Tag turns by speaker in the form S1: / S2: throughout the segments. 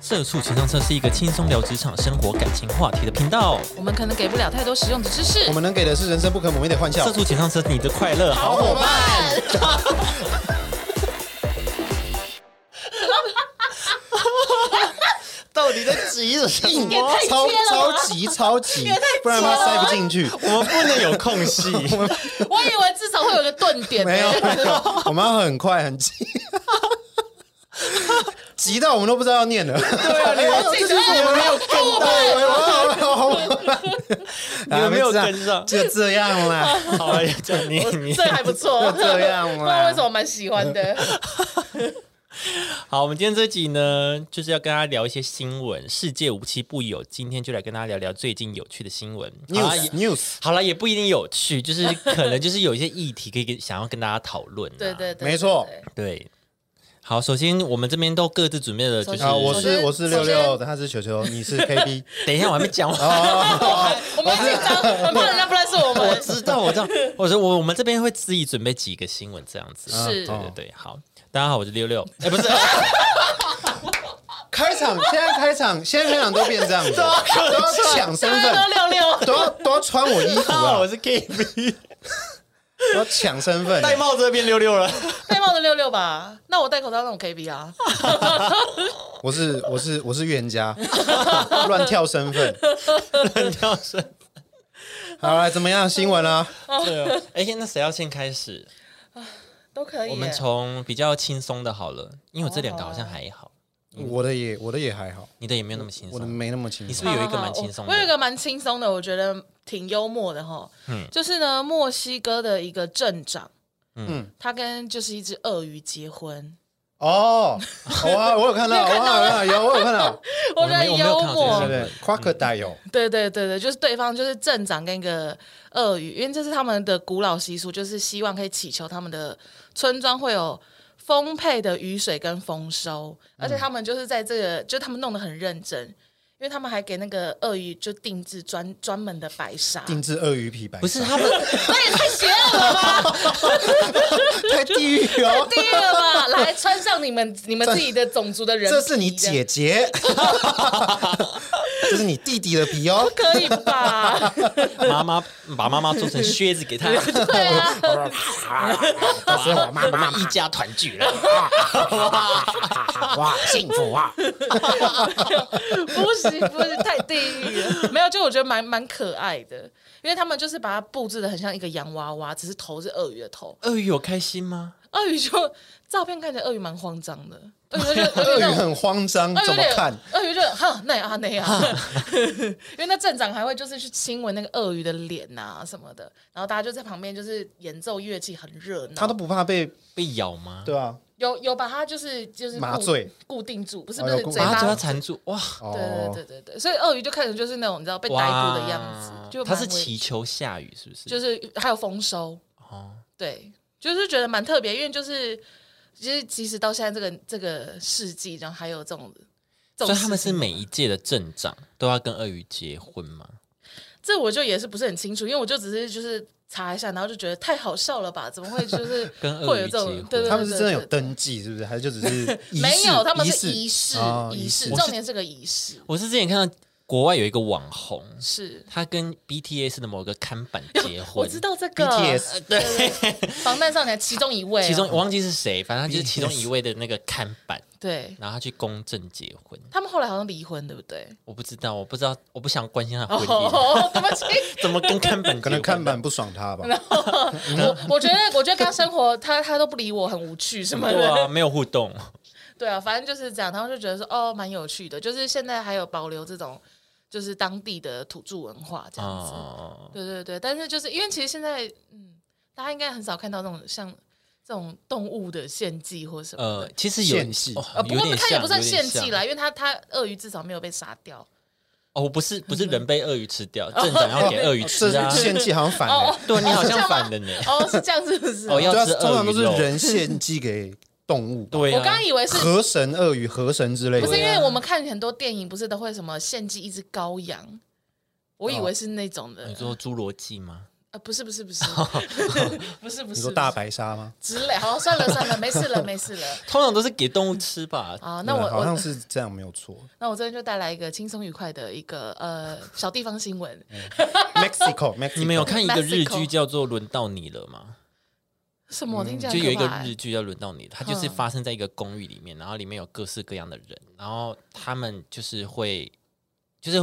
S1: 社畜情商车是一个轻松聊职场、生活、感情话题的频道。
S2: 我们可能给不了太多实用的知识
S3: 我。们能给的是人生不可磨灭的欢笑
S1: 社。畜情商车，你的快乐好
S3: 伙伴，到底在急着什么？超超级超级，不然怕塞不进去。
S1: 我们不能有空隙。
S2: 我以为至少会有个顿点呢、
S3: 没有，没有我们要很快很急，急到我们都不知道要念了。对啊，
S2: 我记得我没有跟
S3: 啊
S1: 你们没有
S3: 这样
S1: 跟上
S3: 啊就这样啦，
S1: 好了，就 你你
S2: 这还不错，
S3: 这样啦
S2: 不知道为什么蛮喜欢的。
S1: 好。我们今天这集呢，就是要跟大家聊一些新闻，世界无奇不有。今天就来跟大家聊聊最近有趣的新闻。好啦
S2: 啊
S3: news
S1: 也
S3: news，
S1: 好了，也不一定有趣，就是可能就是有一些议题可以跟想要跟大家讨论啊、
S2: 对对对，
S3: 没错
S2: 对
S1: 对。好，首先我们这边都各自准备了，就是
S2: 首先
S3: 啊，我
S2: 首
S3: 是
S2: 先
S3: 我是
S2: 首
S3: 六
S2: 先
S3: 六，他是球球，你是 KB。
S1: 等一下我还没讲完。
S2: 对我们很紧张，很怕人家不认识我
S1: 我
S2: 们。
S1: 知道，我知道，我说我我们这边会自己准备几个新闻这样子。
S2: 是
S1: 对对
S3: 哦
S1: 对，好，大家好，我是六六，哎，不是，
S3: 开场，现在开场，现在开场都变这样 子，都要
S1: 哦
S3: 抢身
S2: 大家都
S3: 份，
S2: 六六，
S3: 都要都要穿我衣 服啊，
S1: 我是 KB，
S3: 都要抢身份。欸
S1: 戴帽子的变六六了。
S2: 戴帽子六六吧。那我戴口罩那种 KB 啊，
S3: 我是我是我是冤家， 乱跳身份，
S1: 很跳声。
S3: 好来怎么样？新闻啊，
S1: 对哦， 哎，那谁要先开始？
S2: 都可以耶。
S1: 我们从比较轻松的好了，因为我这两个好像还好，
S3: 我的也我的也还好，
S1: 你的也没有那么轻
S3: 我的
S1: 松。
S3: 没那么轻
S1: 你是
S3: 松
S1: 不是。有一个
S2: 好好
S1: 蛮轻松
S2: 我我有一
S1: 的？
S2: 个蛮轻松的，我觉得挺幽默的哈。
S1: 嗯
S2: 就是呢，墨西哥的一个镇长，
S3: 嗯
S2: 他跟就是一只鳄鱼结婚，
S3: 哦，我我有看到，我有看到，有我有看
S1: 哦
S3: 到，
S2: 我觉得
S1: 没我没有
S2: 幽
S1: 看到这个
S2: 默
S1: 新闻。
S3: 对对，crocodile，
S2: 对对对对，就是对方就是镇长跟一个鳄鱼，因为这是他们的古老习俗，就是希望可以祈求他们的村庄会有丰沛的雨水跟丰收，而且他们就是在这个，就他们弄得很认真，因为他们还给那个鳄鱼就定制专专门的白纱，
S3: 定制鳄鱼皮白，
S1: 不是他们，
S2: 那也太邪恶了吧，
S3: 太地狱哦，
S2: 地狱了吧！来穿上你们你们自己的种族的人皮，
S3: 这是你姐姐， 这是你弟弟的皮哦。
S2: 这样可以吧？
S1: 妈妈把妈妈做成靴子给他，
S2: 对啊，
S3: 到时候我妈妈
S1: 一家团聚了。
S3: 哇，幸福啊！
S2: 不行不行，太地狱了。没有，就我觉得蛮蛮可爱的，因为他们就是把它布置的很像一个洋娃娃，只是头是鳄鱼的头。
S1: 鳄鱼有哎开心吗？
S2: 鳄鱼就照片看起来鳄鱼蛮慌张的，鳄鱼 就
S3: 鳄
S2: 鳄
S3: 鱼
S2: 鱼就。
S3: 很慌张，
S2: 鳄鱼
S3: 怎
S2: 有
S3: 么
S2: 点
S3: 看？？
S2: 鳄鱼就哈那啊那样， 因为那镇长还会就是去亲吻那个鳄鱼的脸呐、什么的，然后大家就在旁边就是演奏乐器，很热闹。
S3: 他都不怕被
S1: 被咬吗？
S3: 对啊，
S2: 有有把它就是就是固
S3: 麻醉
S2: 固定住，不是
S3: 哦
S2: 不
S3: 有
S2: 是
S3: 固
S2: 嘴
S1: 把
S2: 巴
S1: 它嘴巴缠住，哇！
S3: 哦
S2: 对，对对对对，所以鳄鱼就看着就是那种你知道被逮捕的样子
S1: 哇，
S2: 就
S1: 他
S2: 蛮
S1: 是
S2: 危
S1: 祈求下雨，是不是？
S2: 就是 还有丰收，
S1: 哦，
S2: 对，就是觉得蛮特别，因为就是其实即使到现在这个这个世纪，然后还有这种这
S1: 所
S2: 种
S1: 以他们
S2: 事
S1: 是
S2: 情
S1: 每一届的镇长都要跟鳄鱼结婚吗？
S2: 这我就也是不是很清楚，因为我就只是就是查一下，然后就觉得太好笑了吧，怎么会就是
S1: 跟鳄鱼
S2: 会有这种
S1: 结婚
S2: 对对对
S3: 他们是真的有
S2: 对对
S3: 登记，是不是？还是就只是仪式
S2: 没有，他们是
S3: 仪
S2: 仪式
S3: 哦
S2: 仪式，
S3: 我
S1: 是
S2: 重点是个仪式
S1: 我是之前看到国外有一个网红，
S2: 是。
S1: 他跟 BTS 的某个看 板结婚，
S2: 我知道这个呃
S3: BTS
S2: 防弹少年其中一位啊、
S1: 其中我忘记是谁，反正他就是其中一位的那个看板，
S2: 对
S1: 然后他去公证结婚，
S2: 他们后来好像离婚，对不对？
S1: 我不知道，我不知道，我不想关心他的婚姻，
S2: 哦，对不起，
S1: 怎么跟看板结婚？
S3: 可能看板不爽他 吧。
S1: 嗯
S2: 我我觉得我觉得跟他生活，他他都不理我，很无趣什么
S1: 对
S2: 的。
S1: 啊，没有互动，
S2: 对啊，反正就是这样，他们就觉得说哦，蛮有趣的，就是现在还有保留这种就是当地的土著文化这样子。
S1: 哦，
S2: 对对对，但是就是因为其实现在嗯，大家应该很少看到那种像这种动物的献祭或什么的。
S1: 呃，其实有
S3: 献祭
S1: 哦
S2: 呃，不
S1: 有
S2: 过
S1: 点
S2: 它也
S1: 像
S2: 不算
S1: 有点
S2: 献祭
S1: 像
S2: 啦，因为它它鳄鱼至少没有被杀掉。
S1: 哦，不是不是人被鳄鱼吃 掉，镇长要给鳄鱼吃
S3: 哦这
S1: 啊
S3: 是。献祭好像反
S2: 哦
S3: 了
S2: 哦，
S1: 对啊 你好
S2: 这样
S1: 像
S2: 吗
S1: 反了呢。
S2: 哦，是这样是不是？
S1: 哦要
S3: 对啊，
S1: 吃鳄鱼
S3: 通常都是
S1: 肉
S3: 人献祭给动物，
S1: 对啊，
S2: 我刚刚以为是
S3: 河神鳄鱼、河神之类
S2: 不是因
S3: 的。
S2: 为我们看很多电影，不是都会什么献祭一只羔羊，我以为是那种的。
S1: 哦嗯你说侏罗纪吗？
S2: 呃，不是不是 不是，不是不
S3: 你
S2: 是，
S3: 说大白鲨吗？
S2: 之类。好，算了算了，没事了没事了。
S1: 通常都是给动物吃吧。
S2: 啊，那
S3: 对
S2: 我
S3: 好像
S2: 我
S3: 是这样，没有错。
S2: 那我这边就带来一个轻松愉快的一个呃小地方新闻。
S1: 嗯
S3: Mexico，Mexico，
S1: 你们有看一个日
S2: Mexico
S1: 剧叫做《轮到你了》吗？
S2: 什么？我听起
S1: 嗯
S2: 来
S1: 就
S2: 很
S1: 有一
S2: 可
S1: 个
S2: 怕欸
S1: 日剧叫《轮到你》，它就是
S2: 嗯
S1: 发生在一个公寓里面，然后里面有各式各样的人，然后他们就是会，就是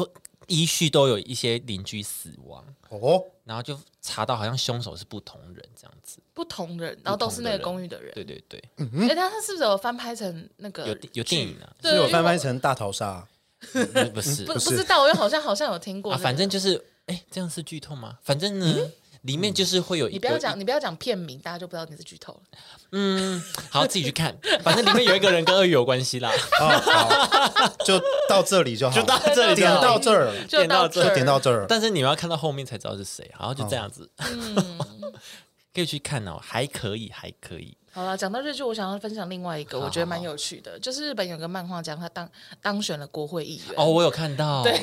S1: 依序都有一些邻居死亡，
S3: 哦？
S1: 然后就查到好像凶手是不同人这样子。
S2: 不同人，然后都是那个
S1: 不同的人
S2: 公寓的人。
S1: 对对对，
S2: 哎，但他是不是有翻拍成那个
S1: 有有电影啊，嗯
S2: 对，
S3: 是
S2: 因
S3: 有
S2: 为
S3: 翻拍
S2: 我
S3: 成大逃杀，
S1: 不不是
S2: 不
S3: 不
S2: 不
S3: 是
S2: 知道，我又好像好像有听过
S1: 啊，
S2: 这个。
S1: 反正就是哎，这样是剧透吗？反正呢，里面就是会有一
S2: 嗯你不要
S1: 个
S2: 讲，你不要讲片名，大家就不知道你是剧 透了。
S1: 嗯，好，自己去看。反正里面有一个人跟鳄鱼有关系啦。
S3: 哦好就到这里就好，
S1: 就到这里
S3: 点到这儿，
S2: 就
S1: 点到
S2: 到
S1: 这
S2: 这
S3: 就
S2: 儿
S3: 点到这儿。
S1: 但是你们要看到后面才知道是谁，然后就这
S3: 哦
S1: 样子，
S2: 嗯
S1: 可以去看哦，还可以，还可以。
S2: 好了，讲到日剧，我想要分享另外一个，我觉得蛮有趣的，就是日本有个漫画家，他当当选了国会议员。
S1: 哦，我有看到，对，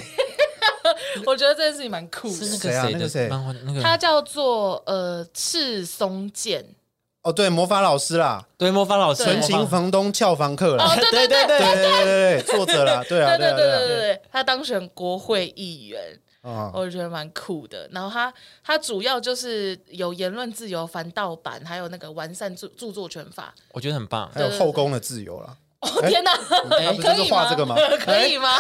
S2: 我觉得这件事情蛮酷
S1: 是
S2: 的。
S3: 谁啊
S1: 那
S3: 那
S1: 个
S3: 个
S1: 谁
S3: 谁
S1: 的漫画，那
S2: 他
S1: 个
S2: 叫做呃赤松健，
S3: 哦，对，魔法老师啦，
S1: 对魔法老师，
S2: 对
S3: 纯情房东俏房客
S2: 哦
S3: 啦，
S1: 对对对
S3: 对对对对，作者啦，对啊
S2: 对
S3: 对
S2: 对对
S3: 啊对
S2: 对对，他当选国会议员，
S3: 啊，哦
S2: 我觉得蛮酷的。然后他他主要就是有言论自由、反盗版，还有那个完善著著作权法。
S1: 我觉得很棒哎
S3: 还。有后宫的自由啦，
S2: 哦 天哪，
S3: 他不是
S2: 可
S3: 就
S2: 以
S3: 画
S2: 吗？
S3: 这 个吗？哎
S2: 可以吗？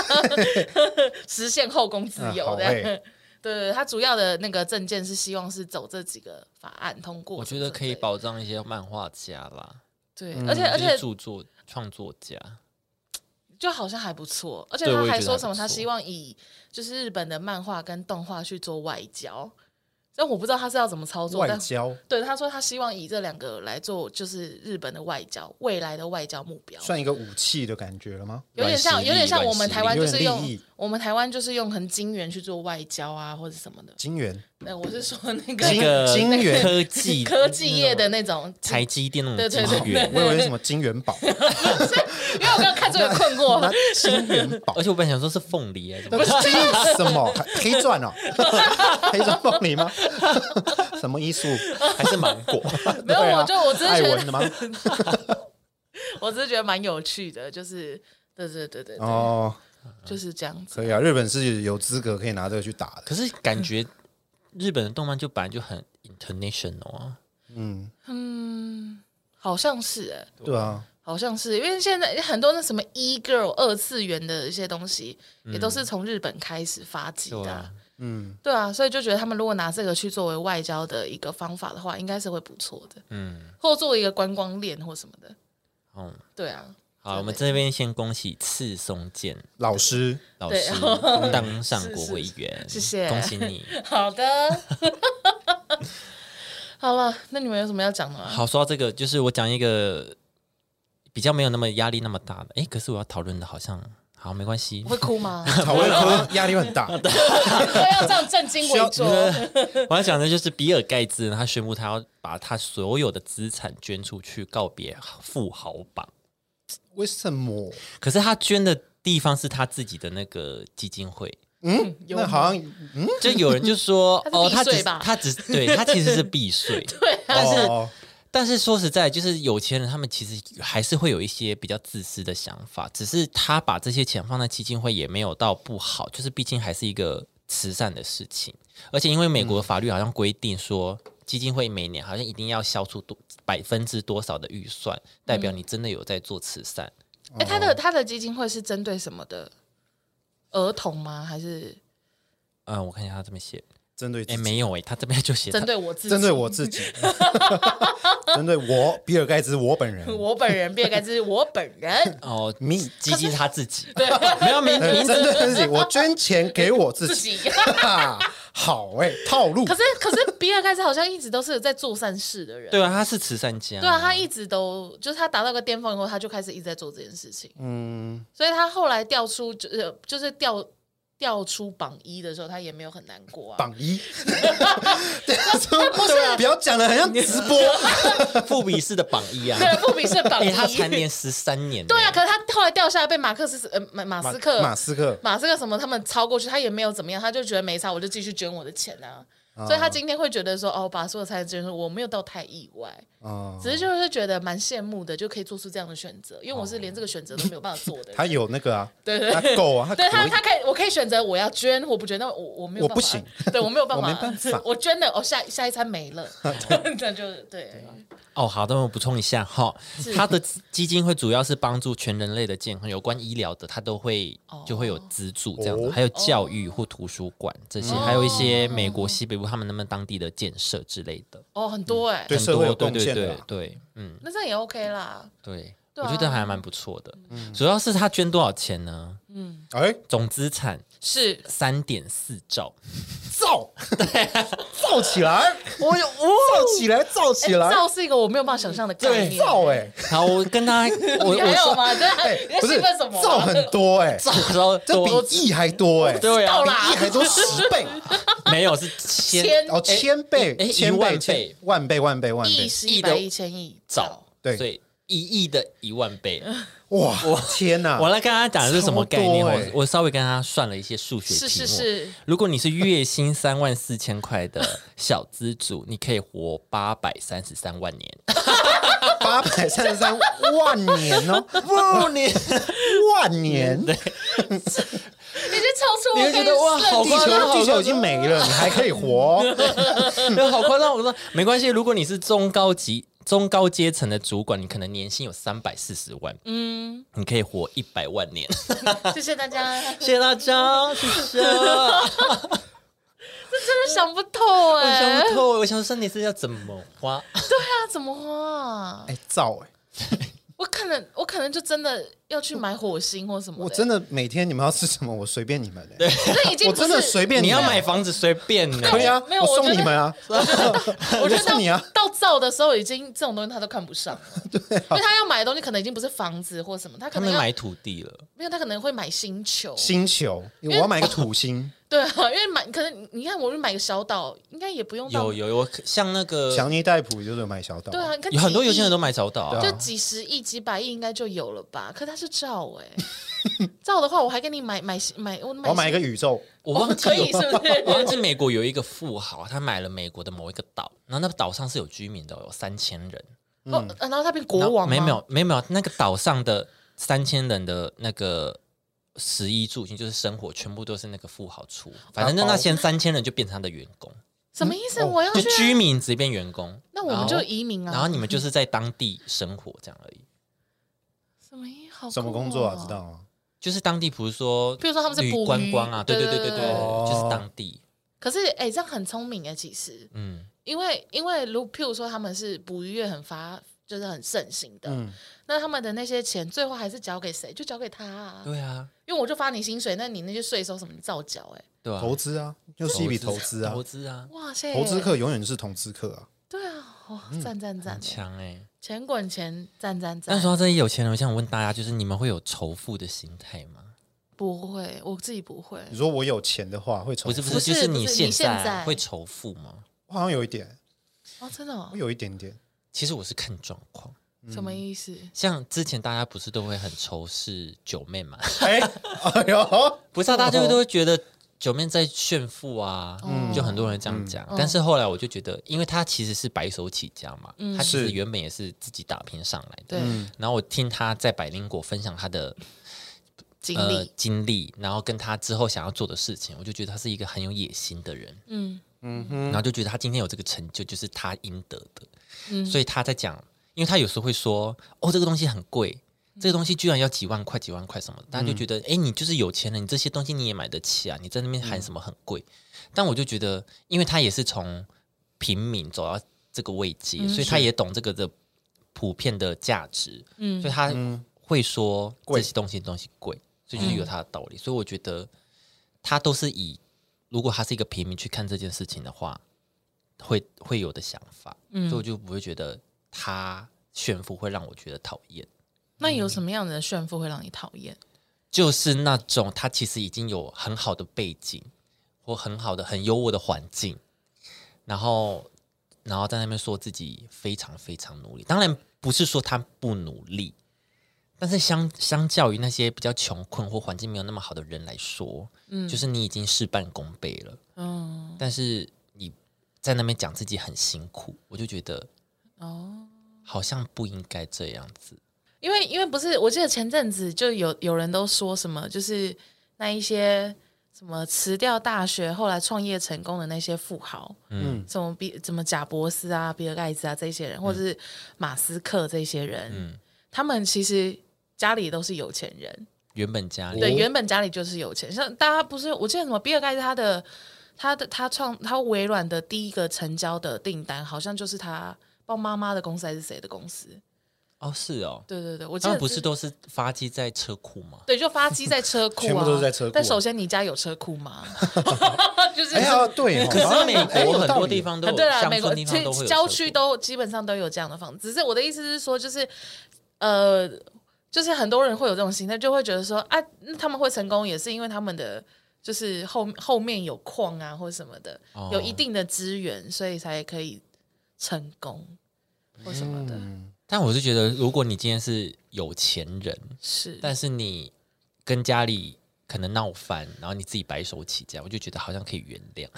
S2: 实现后宫自
S3: 嗯
S2: 由
S3: 好
S2: 的。
S3: 欸
S2: 对，他主要的那个证件是希望是走这几个法案通过。
S1: 我觉得可以嗯
S2: 保
S1: 保障一些漫画家啦，
S2: 对，而且而
S1: 就是
S2: 且
S1: 著作创作家，
S2: 就好像还不错，而且
S1: 对
S2: 他
S1: 我也
S2: 还
S1: 觉得
S2: 说
S1: 还
S2: 什么
S1: 不
S2: 他
S1: 错
S2: 希望以就是日本的漫画跟动画去做外交，但我不知道他是要怎么操作。
S3: 外
S2: 但
S3: 交
S2: 对，他说他希望以这两个来做就是日本的外交未来的外交目标。
S3: 算一个武器的感觉了吗？
S2: 有点像，
S1: 软实力
S2: 有点像我们
S1: 软实力
S2: 台湾就是
S3: 有点利
S2: 用
S3: 益
S2: 我们台湾就是用很金元去做外交啊，或者什么的。
S3: 金元，
S2: 那我是说那
S1: 那
S2: 个
S1: 个
S3: 金元
S1: 科技
S2: 科技业的那种
S1: 台积电那
S2: 对对
S1: 种
S2: 对
S1: 金元，
S3: 我以为是什么金元宝，
S2: 因为我刚刚看这个困惑
S3: 那，金元宝
S1: 而，且我本来想说是凤梨啊，
S3: 那金什么黑钻哦，黑钻凤梨吗？什么艺术？
S1: 还是芒果，
S2: 没有，
S3: 对啊
S2: 我就我只是
S3: 艾
S2: 觉
S3: 文的
S2: 得，
S3: 吗？
S2: 我只是觉得蛮有趣的，就是对对对对，对
S3: 哦，
S2: 就是这样子。
S3: 可以啊，日本是有资格可以拿这个去打的。
S1: 可是感觉日本的动漫就本来就很 international 啊，
S3: 嗯，
S2: 嗯，好像是哎、
S3: 对啊，
S2: 好像是因为现在很多那什么 e girl 二次元的一些东西，也都是从日本开始发迹的
S1: 对
S2: 啊、
S1: 啊。
S3: 嗯，
S2: 对啊，所以就觉得他们如果拿这个去作为外交的一个方法的话，应该是会不错的，
S1: 嗯，
S2: 或作为一个观光链或什么的。
S1: 哦，
S2: 对啊，
S1: 好，我们这边先恭喜赤松健
S3: 老师，
S1: 老师 当上国会议员，
S2: 是是谢谢
S1: 恭喜 你。
S2: 好的，好了，那你们有什么要讲的吗？
S1: 好，说到这个，就是我讲一个比较没有那么压力那么大的，诶，可是我要讨论的好像好没关系
S2: 我，会哭吗？
S3: 讨论科压力很大，
S2: 都要这样正襟危坐。
S1: 我要讲的就是比尔盖茨他宣布他要把他所有的资产捐出去告别富豪榜，
S3: 为什么？
S1: 可是他捐的地方是他自己的那个基金会。
S3: 嗯，
S2: 有
S3: 那好像
S1: 就有人就说
S2: 他，是
S1: 哦，他只
S2: 避税
S1: 是
S2: 吧
S1: 他只是对他其实是避 税， 但是
S3: 哦，
S1: 但是说实在，就是有钱人他们其实还是会有一些比较自私的想法，只是他把这些钱放在基金会也没有到不好，就是毕竟还是一个慈善的事情。而且因为美国
S2: 嗯
S1: 法律好像规定说，基金会每年好像一定要消除多百分之多少的预算，代
S2: 嗯
S1: 表你真的有在做慈善。
S2: 哎、他的他的基金会是针对什么的？儿童吗？还是
S1: 嗯，我看一下他这么写，
S3: 针对
S1: 哎，
S3: 自己
S1: 没有哎，他这边就写
S2: 针
S1: 他
S2: 对我自己？
S3: 针对我自己， 针对我比尔盖茨我本人
S2: 我本人，比尔盖茨，我本 人。
S1: 哦，
S3: ，me，
S1: 基金他自 己，没有名
S3: 呃
S1: 名
S3: 针
S1: 字
S3: 对自己，我捐钱给我 自
S2: 自
S3: 己，
S2: 己，
S3: 哈哈好哎，套路
S2: 可。是可是比尔盖茨好像一直都是在做善事的人，
S1: 对啊，他是慈善家，
S2: 对啊，他一直都就是他达到一个巅峰以后，他就开始一直在做这件事情，
S3: 嗯，
S2: 所以他后来调出就是就是调调出榜一的时候，他也没有很难过啊。
S3: 榜一， 对啊说不要讲的很像直播，
S1: 富比士的榜一啊，
S2: 啊对，富比是榜
S1: 哎，
S2: 一，
S1: 他蝉联十三年，
S2: 对啊，可是他后来掉下来被马克思呃马马斯克
S3: 马斯克，
S2: 马斯克什么他们超过去，他也没有怎么样，他就觉得没差，我就继续捐我的钱啊。所
S3: 哦
S2: 以他今天会觉得说，哦，把所有财产捐出，我没有到太意外，
S3: 嗯，
S2: 只是就是觉得蛮羡慕的，就可以做出这样的选择，因为我是连这个选择都没有办法做的人。
S3: 他有那个啊，
S2: 对对
S3: 他够啊，
S2: 对
S3: 可
S2: 他，
S3: 以
S2: 他可以，我可以选择我要捐或不捐，那我我没有
S3: 我
S2: 办法，
S3: 不行，
S2: 对我没有办法，
S3: 我没办法
S2: 我捐了，哦，下下一餐没 了， 那就对，
S1: 哦，好的，我补充一下哈
S2: 是，
S1: 它的基金会主要是帮助全人类的健康，有关医疗的，它都会
S2: 哦
S1: 就会有资助这样子，
S3: 哦
S1: 还有教育或图书馆这些，还有一些美国西北部他们那边当地的建设之类的，
S2: 哦，很多哎、
S3: 嗯对
S1: 很
S3: 社会
S1: 多
S3: 有
S1: 对
S3: 贡
S1: 对
S3: 献的啊
S1: 对
S3: 啦
S1: 对，嗯
S2: 那这样也 OK 啦，
S1: 对，我
S2: 对啊嗯
S1: 觉得还蛮不错的。
S3: 嗯
S1: 主要是他捐多少钱呢？
S3: 哎，
S1: 总资产
S2: 是
S1: 三点四兆，
S3: 造，造起来，我 有，造起来，造起来，
S2: 哎造是一个我没有办法想象的概
S3: 对，
S2: 念，
S3: 造哎，
S1: 好，我跟 他我
S2: 你还
S1: 我
S2: 有吗？对啊，
S3: 哎
S2: 你在
S3: 不是
S2: 兴奋什么啊？
S3: 造很多哎，
S1: 兆兆
S3: 这
S1: 多
S3: 比亿还多哎，
S1: 对啊
S2: 到，啦
S3: 比亿还多十倍，
S1: 没有是千
S2: 千
S3: 哦，千倍
S1: 哎，
S3: 千
S1: 一万
S3: 倍，
S1: 倍
S3: 千万倍，万倍，万
S2: 亿、
S3: 倍，
S2: 十
S1: 亿
S2: 亿、
S1: 的
S2: 百亿、千亿
S1: 兆，
S3: 对
S1: 所以一亿的一万倍。
S3: 哇，天哪
S1: 我！来跟他讲的是什么概念？
S3: 啊超多欸
S1: 我我稍微跟他算了一些数学题
S2: 是
S1: 目。
S2: 是是，
S1: 如果你是月薪三万四千块的小资主，你可以活八百三十三万年。
S3: 八百三十三万年哦，万年， 万年，
S2: 已经超出我
S1: 你会
S2: 可
S1: 觉
S2: 以
S1: 得哇好
S2: 设
S3: 地
S2: 定
S1: 夸张
S3: 球
S1: 好
S3: 地球已经没了，你还可以活哦，
S1: 对，好夸张！我说没关系，如果你是中高级、中高阶层的主管，你可能年薪有三百四十万，嗯，你可以活一百万年。
S3: 啊
S2: 谢谢大家，
S1: 谢谢大家，谢谢。
S2: 真的想不透
S1: 我想
S2: 哎、
S1: 不透，欸我想说你是要怎么花？
S2: 那怎么花、啊？
S3: 哎，造哎。
S2: 我可能我可能就真的要去买火星或什么的，
S3: 我真的每天你们要吃什么，我随便你们欸。
S2: 这已经
S3: 我
S2: 不
S3: 真的
S2: 是
S3: 随便
S1: 你要
S3: 们
S1: 买房子随便呢、
S3: 可以啊，
S2: 没有
S3: 我
S2: 我
S3: 送
S2: 觉得
S3: 你们啊，
S2: 我觉得
S3: 送 你啊，
S2: 到到造的时候，已经这种东西他都看不 上了，对、因为他要买的东西可能已经不是房子或什么，他可
S1: 他
S2: 能
S1: 们
S2: 要
S1: 买土地了，
S2: 没有，他可能会买星球，
S3: 星球，我要买一个土星，
S2: 对啊，因为买可能你看我们买个小岛，应该也不用到
S1: 有有有，像那个
S3: 强尼戴普就是有买小岛，
S2: 对啊，你看
S1: 有很多有钱人
S2: 都
S1: 都买小岛、啊，
S2: 就几十亿、几百亿应该就有了吧，可他是造哎、 造的话我还给你买买买我买
S3: 我买一个宇宙，
S1: 我忘记
S2: 哦可以
S1: 了。
S2: 是不是？
S1: 我忘记美国有一个富豪，啊他买了美国的某一个岛，然后那个岛上是有居民的，有三千人。
S2: 哦，然后他变
S1: 嗯然
S2: 国
S1: 后
S2: 王
S1: 没有
S2: 吗
S1: 没有没有没有，那个岛上的三千人的那个食衣住行，就是生活，全部都是那个富豪出。反正
S3: 打
S1: 那
S3: 包
S2: 啊
S1: 那些三千人就变成他的员工，
S2: 什么意思？我要
S1: 哦就
S2: 去，
S1: 居民直接变员工。
S2: 哦啊那我们
S1: 然
S2: 就
S1: 后
S2: 移民啊。
S1: 然后你们就是在当地生活这样而已。
S2: 什么意好、哦
S3: 什么工作啊？知道？吗？
S1: 就是当地，比如说，
S2: 比如说他们是
S1: 旅
S2: 捕鱼
S1: 观光啊，对
S2: 对
S1: 对对
S2: 对
S1: 对
S2: 对
S1: 对，
S3: 对
S1: 就是当地，
S2: 可是哎、这样很聪明哎、其实，
S1: 嗯，
S2: 因为因为如譬如说他们是捕鱼业很发，就是很盛行的，
S3: 嗯，
S2: 那他们的那些钱最后还是交给谁？就交给他啊。
S1: 对啊，
S2: 因为我就发你薪水，那你那些税收什么你照缴哎、
S1: 对啊，
S3: 投资啊，就是一笔投资啊
S1: 投，资嗯啊，
S2: 哇塞，
S3: 投资客永远是投资客啊，
S2: 对啊，哇，赞赞赞
S1: 很，强哎。
S2: 钱滚钱，赞赞
S1: 但
S2: 赞
S1: 说。到这些有钱人，我想问大家，就是你们会有仇富的心态吗？
S2: 不会，我自己不会。
S1: 嗯
S3: 你说我有钱的话会
S1: 不
S3: 从，
S1: 是不
S2: 不
S1: 是，
S2: 是
S1: 就是
S2: 不是
S1: 你
S2: 你
S1: 现
S2: 现在
S1: 在会仇富吗？
S3: 我好像有一点，
S2: 哦，真的、哦
S3: 我？有一点点，
S1: 其实我是看状况，
S2: 什么意思？
S1: 像之前大家不是都会很仇视九妹嘛？
S3: 哎， 哎呦，
S1: 不是、啊，大家就都会觉得九妹在炫富啊，
S2: 嗯
S1: 就很多人这样讲。但是后来我就觉得，因为她其实是白手起家嘛，她其实
S3: 是
S1: 原本也是自己打拼上来的。
S2: 对，
S1: 然后我听她在百灵果分享她的
S2: 经
S1: 呃
S2: 历，
S1: 经历，然后跟她之后想要做的事情，我就觉得她是一个很有野心的人。
S2: 嗯，
S3: 嗯哼，
S1: 然后就觉得他今天有这个成就，就是他应得的。
S2: 嗯
S1: 所以他在讲，因为他有时候会说：“哦，这个东西很贵，
S2: 嗯
S1: 这个东西居然要几万块、几万块什么的。”大家就觉得：“哎、你就是有钱人，你这些东西你也买得起啊？你在那边喊什么很贵？”但我就觉得，因为他也是从平民走到这个位阶，
S2: 嗯
S1: 所以他也懂这个的普遍的价值，
S2: 嗯
S1: 所以他会说
S3: 贵
S1: 这些东西东西贵，所以就是有他的道理。所以我觉得他都是以如果他是一个平民去看这件事情的话，会会有的想法，
S2: 嗯
S1: 所以我就不会觉得他炫富会让我觉得讨厌。
S2: 那有什么样的炫富会让你讨厌？
S1: 就是那种他其实已经有很好的背景或很好的、很优渥的环境，然后然后在那边说自己非常非常努力。当然不是说他不努力，但是相相较于那些比较穷困或环境没有那么好的人来说，嗯，就是你已经事半功倍了，
S2: 嗯，
S1: 但是你在那边讲自己很辛苦，我就觉得
S2: 哦，
S1: 好像不应该这样子。
S2: 因为因为不是，我记得前阵子就有有人都说什么，就是那一些什么辞掉大学后来创业成功的那些富豪，
S3: 嗯
S2: 嗯，什么比怎么贾伯斯啊、比尔盖茨啊这些人，或者是马斯克这些人，
S1: 嗯
S2: 他们其实家里都是有钱人，
S1: 原本家里
S2: 对，原本家里就是有钱，像大家不是，我记得什么比尔盖茨他的他的他创他微软的第一个成交的订单，好像就是他帮妈妈的公司还是谁的公司？
S1: 哦是哦，
S2: 对对对，我记
S1: 他
S2: 得
S1: 们不是
S2: 是
S1: 都是发迹在车库吗？
S2: 对，就发机在车库、啊，
S3: 全部都是在车库啊
S2: 但首先，你家有车库 吗？就是、
S3: 哎呀，对哦，
S1: 可
S3: 好
S1: 是
S3: 像
S1: 美
S3: 哎有
S1: 国很
S3: 道
S1: 多
S3: 理
S1: 地方都
S2: 啊，
S1: 有，
S2: 对啦，
S1: 乡
S2: 美国
S1: 村地
S2: 其
S1: 方都会
S2: 实
S1: 有
S2: 郊
S1: 车
S2: 区
S1: 库
S2: 都基本上都有这样的房子。只是我的意思是说，就是呃，就是很多人会有这种心态，就会觉得说啊，那他们会成功也是因为他们的就是后后面有矿啊或什么的，
S1: 哦
S2: 有一定的资源，所以才可以成功或什么
S1: 嗯
S2: 的。
S1: 但我是觉得，如果你今天是有钱人，
S2: 是，
S1: 但是你跟家里可能闹翻，然后你自己白手起家，我就觉得好像可以原谅。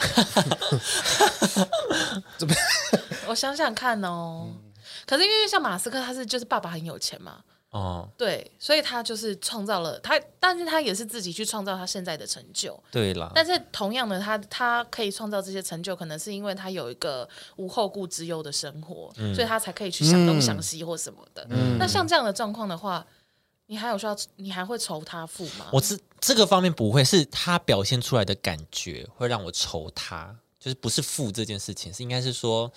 S2: 我想想看哦。
S1: 嗯
S2: 可是因为像马斯克，他是就是爸爸很有钱嘛，
S1: 哦，
S2: 对，所以他就是创造了他，但是他也是自己去创造他现在的成就。
S3: 啊
S1: 对啦，
S2: 但是同样的，他他可以创造这些成就，可能是因为他有一个无后顾之忧的生活，
S3: 嗯
S2: 所以他才可以去想东想西或什么的。那像这样的状况的话，你还有需要，你还会仇他父吗？
S1: 我是这个方面不会，是他表现出来的感觉会让我愁他，就是不是负这件事情，是应该是说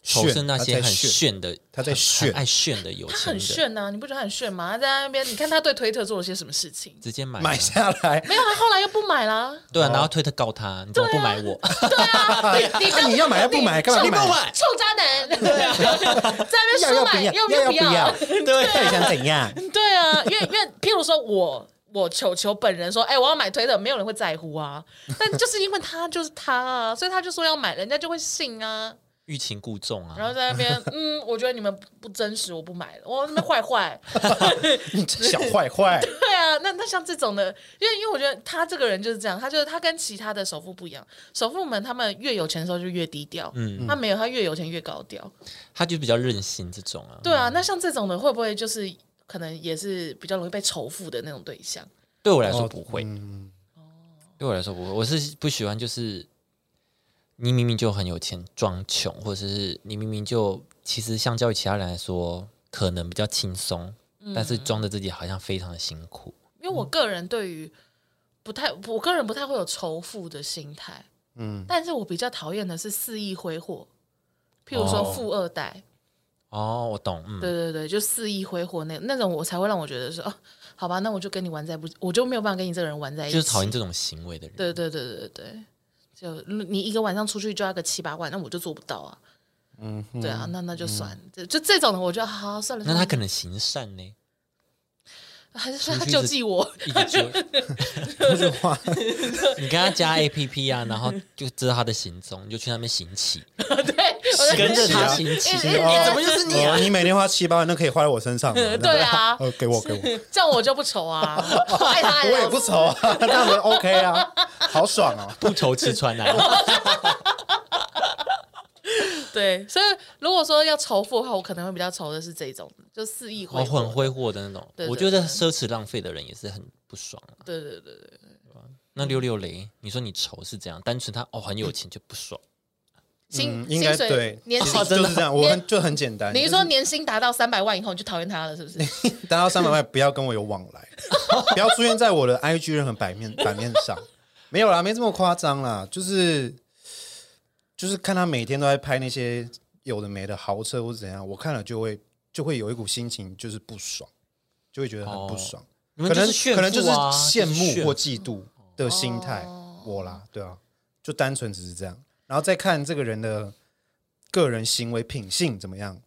S1: 仇
S3: 炫
S1: 视那
S3: 他
S1: 些
S3: 哦啊在
S1: 很
S3: 炫
S1: 炫的，
S3: 他在
S1: 很
S3: 炫
S1: 很爱炫的有
S2: 他
S1: 钱
S2: 很
S1: 人，
S2: 炫啊，你不觉得他很炫吗？他在那边，你看他对推特做了些什么事情？
S1: 直接买
S3: 买
S1: 啊
S3: 下来，
S2: 没有，他后来又不买啦。
S1: 对啊，然后推特告他，你怎么不买我？
S2: 对啊， 你你
S3: 啊你要买要不买干嘛
S1: 啊
S3: 不买
S2: 臭臭渣男， 对 啊，在那边
S3: 要要
S2: 说
S3: 不
S2: 买
S3: 要，
S2: 不
S3: 要
S2: 要
S3: 不要？ 到底想怎样？
S2: 对啊，因为因为譬如说我我球球本人说，哎、我要买推特，没有人会在乎啊。但就是因为他就是他啊，所以他就说要买，人家就会信啊。
S1: 欲擒故纵啊！
S2: 然后在那边，嗯，我觉得你们不真实，我不买了。我那边坏坏，
S3: 你 这小坏坏，
S2: 对啊，那那像这种的，因为因为我觉得他这个人就是这样，他就是他跟其他的首富不一样，首富们他们越有钱的时候就越低调，嗯，他没有，他越有钱越高调。
S1: 他就比较任性这种啊。
S2: 对啊，那像这种的会不会就是可能也是比较容易被仇富的那种对象？
S1: 对我来
S3: 哦
S1: 说不会，对我来说不会，我是不喜欢就是你明明就很有钱装穷，或者是你明明就其实相较于其他人来说可能比较轻松，
S2: 嗯
S1: 但是装的自己好像非常的辛苦。
S2: 因为
S1: 嗯
S2: 我个人对于不太，我个人不太会有仇富的心态，
S3: 嗯，
S2: 但是我比较讨厌的是肆意挥霍，譬如说
S1: 哦
S2: 富二代，
S1: 哦，我懂，嗯，
S2: 对对对，就肆意挥霍那那种，我才会让我觉得说，哦，好吧，那我就跟你玩在不，我就没有办法跟你这个人玩在一起，
S1: 就是讨厌这种行为的人。
S2: 对对对对对，就你一个晚上出去就要个七八万，那我就做不到啊。嗯，对啊，那那就算，就就这种的，我觉得好好算了。
S1: 那
S2: 算
S1: 他
S2: 了
S1: 可能行善 呢，
S2: 还是说他
S1: 出去
S2: 救
S1: 是
S2: 济我，
S1: 一直就你跟他加 A P P 啊，然后就知道他的行踪，你就去那边行乞，
S2: 对，我在
S1: 跟着
S3: 啊
S1: 他行乞。
S2: 一直
S3: 哦
S1: 怎么就是你啊？
S3: 哦你每天花七八万，那可以花在 我身上吗。
S2: 对啊
S3: 呃，给我给 我，
S2: 这样我就不愁 啊，我爱他，
S3: 我也不愁啊，那我 OK 啊，好爽哦。
S1: 不愁吃穿啊！
S2: 对，所以如果说要仇富的话，我可能会比较仇的是这种，就肆意挥
S1: 哦，
S2: 霍。
S1: 很挥霍的那种。
S2: 对对
S1: 我觉得奢侈浪费的人也是很不爽啊。
S2: 对对对对，
S1: 那六六雷，你说你愁是这样，单纯他哦很有钱就不爽，
S2: 薪
S3: 嗯应该
S2: 薪水
S3: 对，
S2: 年薪
S3: 就就是这样，我很就很简单。
S2: 你是说年薪达到三百万以后你就讨厌他了，是不是？
S3: 大家三百万不要跟我有往 来，不要出现在我的 IG 任何版面版面上。没有啦，没这么夸张啦，就是就是看他每天都在拍那些有的没的豪车或者怎样，我看了就会就会有一股心情就是不爽，就会觉得很不爽，
S1: 哦你们
S3: 可
S1: 就
S3: 能
S1: 是炫
S3: 可能就
S1: 富
S3: 是
S1: 啊
S3: 羡慕或
S1: 就是炫哦
S3: 嫉妒的 心态，
S2: 哦
S3: 我啦，对啊，就单纯只是这样，然后再看这个人的个人行为品性怎么样，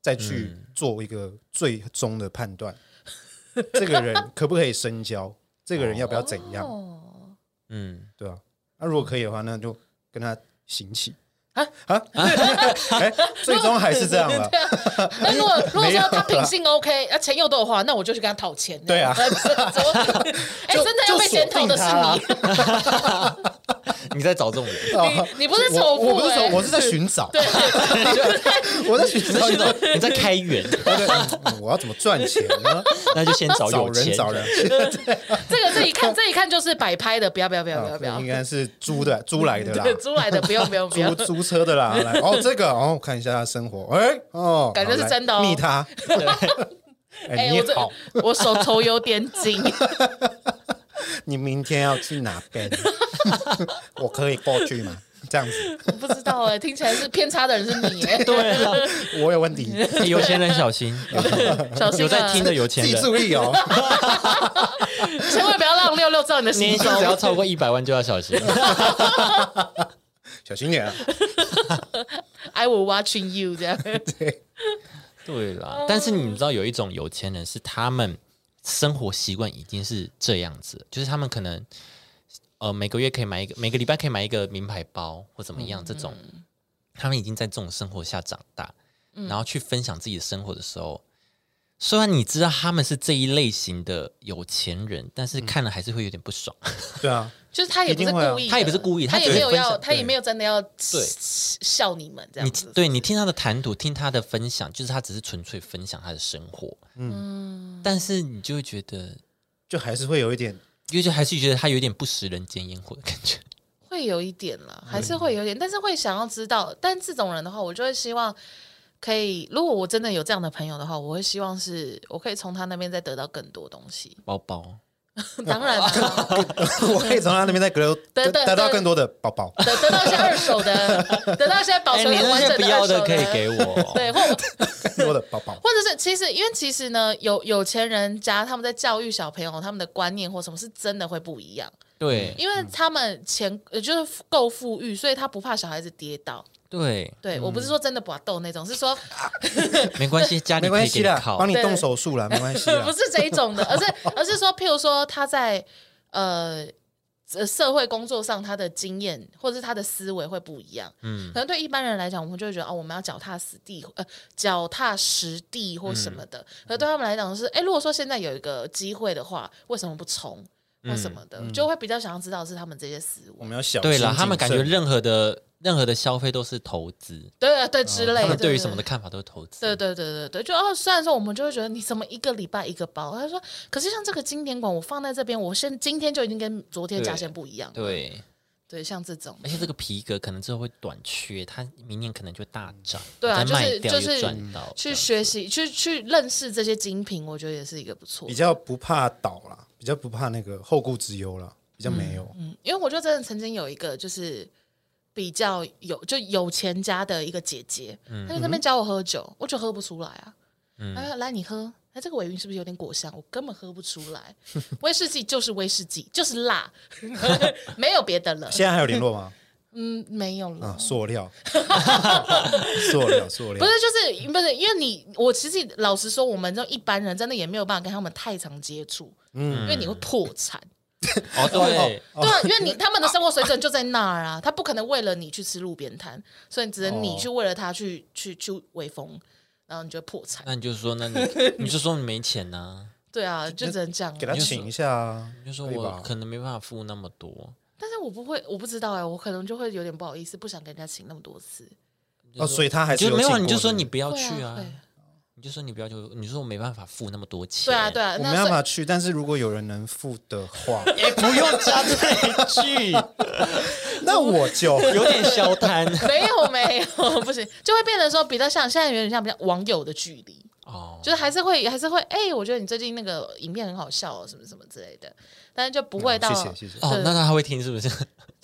S3: 再去做一个最终的判断，这个人可不可以深交，这个人要不要怎样，
S2: 哦，
S1: 嗯，
S3: 对啊，那如果可以的话，那就跟他行起
S2: 啊
S3: 啊， 哎，最终还是这样了，
S2: 啊那如果如果
S3: 没有
S2: 说
S3: 啦
S2: 他品性 OK，啊钱又多的话，那我就去跟他讨钱。
S3: 对啊
S2: 怎么哎，
S3: 就
S2: 真
S3: 啊
S2: 的要被检讨的是
S3: 就锁定
S2: 你，
S4: 你在找这种 人，
S2: 你 你不是
S3: 我
S2: 仇富、欸
S3: 我不是仇，我是在寻找， 我在寻找
S4: 你。在你在开 源，
S3: 对对嗯我要怎么赚钱呢？
S4: 那就先找
S3: 找
S4: 有钱
S3: 人找人，
S2: 这个这一 看这一看就是摆拍的，不要不要不要不要
S3: 嗯
S2: 不要
S3: 应，该是 租的租来的啦
S2: 对，，租来的不用不用不
S3: 租
S2: 用，
S3: 租车的 啦。来，哦，这个哦，看一下他的生活，哎哦，
S2: 感觉
S3: 好
S2: 是
S3: 来
S2: 真的哦
S3: 密 他，哎，
S2: 哎、
S3: 你
S2: 我这
S3: 好，
S2: 我手头有点紧，
S3: 你明天要去哪 边？我可以过去吗？这样子，
S2: 我不知道哎、听起来是偏差的人是你哎、
S1: 对啊，
S3: 我有 问题，
S1: 哎 有钱人小心，
S2: 小心、啊、
S1: 有在听的有钱
S3: 自己
S1: 人，
S3: 注意哦。
S2: 千万不要让六六知道你的
S4: 年
S2: 行
S4: 薪只要
S2: 踪。
S4: 超过一百万就要小心。
S3: 小心点啊！
S2: I will watching you 这样，
S1: 对
S2: 嗯
S1: 啦。但是你们知道有一种有钱人是他们生活习惯已经是这样子，就是他们可能呃每个月可以买一个，每个礼拜可以买一个名牌包或怎么
S2: 嗯
S1: 样，这种他们已经在这种生活下长大，然后去分享自己的生活的时候。虽然你知道他们是这一类型的有钱人，但
S2: 嗯
S1: 是看了还是会有点不爽。
S3: 对啊，
S2: 就是他也不
S3: 一
S2: 是
S3: 定会啊
S2: 故意的，
S1: 他也不是故意他
S2: 他也
S1: 只是
S2: 没有
S1: 分享
S2: 要，他也没有真的要笑你们这样
S1: 你
S2: 子。
S1: 对你听他的谈吐，听他的分享，就是他只是纯粹分享他的生活，嗯，但是你就会觉得，
S3: 就还是会有一 点，
S1: 因为就还是觉得他有点不食人间烟火的感 觉。
S2: 会有一点啦，还是会有一点，但是会想要知道。但这种人的话，我就会希望可以，如果我真的有这样的朋友的话，我会希望是我可以从他那边再得到更多东 西。
S1: 包包，
S2: 当 然啦，
S3: 我可以从他那边再得
S2: 对
S3: 得
S2: 对
S3: 得到
S2: 对
S3: 更多的包包。
S2: 得得到一些二手的，得到一些保
S1: 哎，
S2: 存
S1: 你
S2: 的
S1: 那
S2: 完
S1: 些
S2: 整
S1: 不
S2: 的
S1: 要
S2: 二手
S1: 的可以给 我。
S2: 对，或
S3: 多的包 包。
S2: 或者是其实，因为其实呢，有有钱人家他们在教育小朋友，他们的观念或什么是真的会不一样，
S1: 对
S2: 因为他们钱呃就是够富裕，所以他不怕小孩子跌倒。
S1: 对，
S2: 对、我
S1: 嗯
S2: 不是说真的不斗那种，是说
S1: 没关 系，家里
S3: 没
S1: 可
S3: 关
S1: 以给
S3: 系
S1: 你
S3: 啦，
S1: 靠
S3: 帮。你动手术啦，没关系啦
S1: 啊
S2: 不。是这一种的，而是而是说，譬如说他在呃。呃社会工作上，他的经验或者是他的思维会不一样。嗯，可能对一般人来讲，我们就会觉得哦，我们要脚踏实地，呃，脚踏实地或什
S1: 嗯
S2: 么的。可对他们来讲是，哎、如果说现在有一个机会的话，为什么不冲
S1: 嗯
S2: 或什么的，就会比较想要知道是他们这些思
S3: 我
S2: 维，
S3: 们要小心
S1: 对
S3: 谨
S1: 啦，
S3: 慎
S1: 他们感觉任何的任何的消费都是投资，
S2: 对啊对之类的。
S1: 哦他们对于什么的看法都是投资。
S2: 对对对对对，就哦，虽然说我们就会觉得你怎么一个礼拜一个包，他说，可是像这个经典馆，我放在这边，我现今天就已经跟昨天价钱不一样。
S1: 对，
S2: 对，像这种，
S1: 而且这个皮革可能之后会短缺，它明年可能就大涨，
S2: 对啊
S1: 再卖
S2: 就是
S1: 掉
S2: 就是
S1: 又赚到。
S2: 去学习，去去认识这些精品，我觉得也是一个不错
S3: 比。较不怕倒啦，比较不怕那个后顾之忧啦，比较没有。
S2: 嗯，因为我就真的曾经有一个就是比较有就有钱家的一个姐姐，她就在那边教我喝酒，我就喝不出来啊。她说：“来你喝，哎，这个尾韵是不是有点果香？我根本喝不出 来，威士忌就是威士忌，就是 辣，没有别的了。
S3: 现在还有联络吗？
S2: 嗯，没有了。
S3: 啊，塑料，塑料，塑料
S2: 不是，。就是不是，因为你我其实老实说，我们这种一般人真的也没有办法跟他们太常接触，嗯，因为你会破产，
S1: 哦， 对，
S2: 对啊，因为你他们的生活水准就在那儿啊，他不可能为了你去吃路边摊，所以只能
S3: 哦
S2: 你去为了他去去去威风，然后你就会破产，
S1: 那你就说，那你 你就说你没钱呐、
S2: 对啊，就只能这样啊、
S3: 给他请一下啊，
S1: 你就说
S3: 可以
S1: 我
S3: 吧
S1: 可能没办法付那么多。
S2: 但是我不会，我不知道哎、我可能就会有点不好意思，不想跟人家请那么多次，
S3: 哦，所以他还
S1: 你
S3: 是
S1: 就没
S3: 请
S2: 啊
S1: 有，啊
S3: 过
S1: 你就说你
S3: 的
S1: 不要
S2: 会
S1: 去
S2: 啊，
S1: 啊
S2: 会，
S1: 你就说你不要去，你说我没办法付那么多钱。
S2: 对啊，对啊，
S3: 我
S2: 那
S3: 没办
S2: 所以
S3: 法去，但是如果有人能付的话，
S1: 哎，不用加这一句，
S3: 那我就
S1: 有点消摊
S2: 没有没有，不行，就会变得说比较像现在有点像比较网友的距离，
S1: 哦。
S2: 就是还是会还是会哎、我觉得你最近那个影片很好笑哦，什么什么之类的，但是就不会到、
S3: 谢谢谢谢。
S1: 哦，那他会听是不是？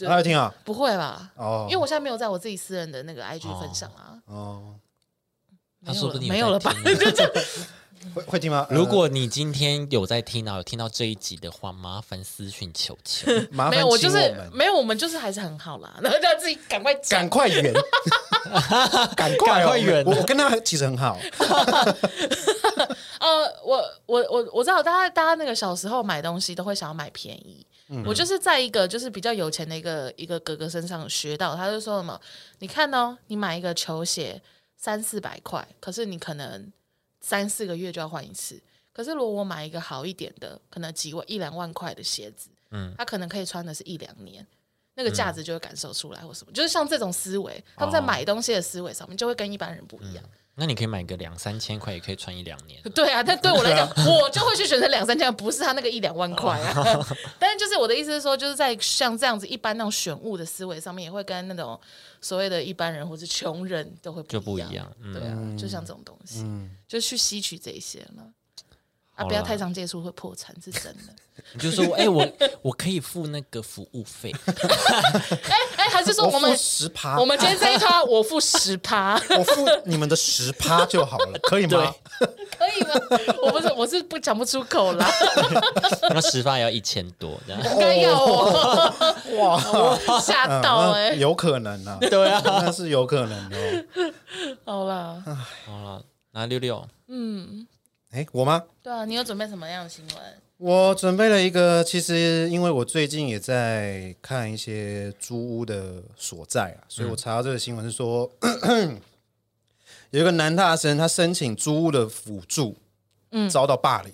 S3: 大家听啊，
S2: 不会吧？
S3: 哦
S2: 因为我现在没有在我自己私人的那个 IG 分享啊，
S3: 哦，
S1: 他说不定
S2: 没有了吧？
S1: 有在听啊
S3: 会会听吗？呃
S1: 如果你今天有在听到，啊有听到这一集的话，麻烦私讯求求。
S3: 麻
S2: 没
S3: 烦
S2: 有，我
S3: 请
S2: 就是
S3: 们
S2: 没有，我们就是还是很好啦， 然后让自己赶快讲
S3: 赶。快圆，赶快
S1: 赶
S3: 哦
S1: 快圆
S3: 我我跟他其实很好，
S2: 呃，我我我我知道，大家大家那个小时候买东西都会想要买便宜。我就是在一个就是比较有钱的一个一个哥哥身上学到，他就说什么，你看哦，你买一个球鞋三四百块，可是你可能三四个月就要换一次。可是如果我买一个好一点的，可能几万一两万块的鞋子，嗯，他可能可以穿的是一两年。那个价值就会感受出来或什么，就是像这种思维，他们在买东西的思维上面就会跟一般人不一样。
S1: 那你可以买个两三千块，也可以穿一两年。
S2: 对啊，但对我来讲，我就会去选择两三千，不是他那个一两万块啊。 但是就是我的意思是说，就是在像这样子一般那种选物的思维上面，也会跟那种所谓的一般人或是穷人都会
S1: 就不
S2: 一
S1: 一样嗯
S2: 对啊，就像这种东西，就去吸取这一些嘛。啊，
S1: 好
S2: 不要
S1: 啦
S2: 太常接触会破产是真的。
S1: 你就说，哎、我我可以付那个服务费，
S2: 哎哎，还是说我们
S3: 付十趴，
S2: 我们今天这一趴我付十趴，
S3: 我付你们的十趴就好了，可以吗？啊
S2: 可以吗？我不是我是不讲不出口啦，
S1: 然后十发也要一千多，这样
S2: 应该要我
S3: 哇，
S2: 吓
S3: 嗯
S2: 到
S3: 那
S2: 哎、
S3: 有可能啊，对啊， 那是有可能的哦。
S2: 好啦。
S1: 好了。然后六啊六，
S3: 哎，我吗？
S2: 对啊，你有准备什么样的新闻？
S3: 我准备了一个，其实因为我最近也在看一些租屋的所在啊，所以我查到这个新闻是说， 有一个男大生他申请租屋的辅助，遭到霸凌，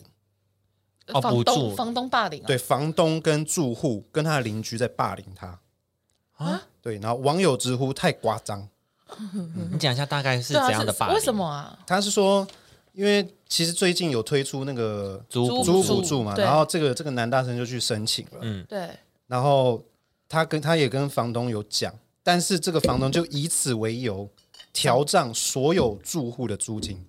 S1: 哦
S2: 房
S1: 补
S2: 东
S1: 助
S2: 房东霸凌、啊，
S3: 对房东跟住户跟他的邻居在霸凌他
S1: 啊
S3: 啊，对，然后网友直呼太夸张，
S1: 你讲一下大概是
S2: 对啊，
S1: 怎样的霸凌？
S2: 为什么啊？
S3: 他是说，因为其实最近有推出那个
S1: 租
S2: 租
S3: 租
S1: 补
S3: 屋
S1: 助
S3: 补助嘛，
S2: 对嗯
S3: 然后这个这个男大生就去申请了，
S2: 对，
S3: 然后他跟他也跟房东有讲，但是这个房东就以此为由调涨所有住户的租金，